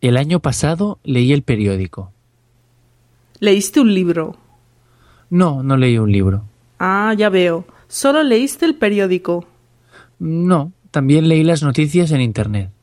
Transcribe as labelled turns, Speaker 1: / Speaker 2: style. Speaker 1: El año pasado leí el periódico.
Speaker 2: ¿Leíste un libro?
Speaker 1: No, no leí un libro.
Speaker 2: Ah, ya veo. Solo leíste el periódico.
Speaker 1: No, también leí las noticias en Internet.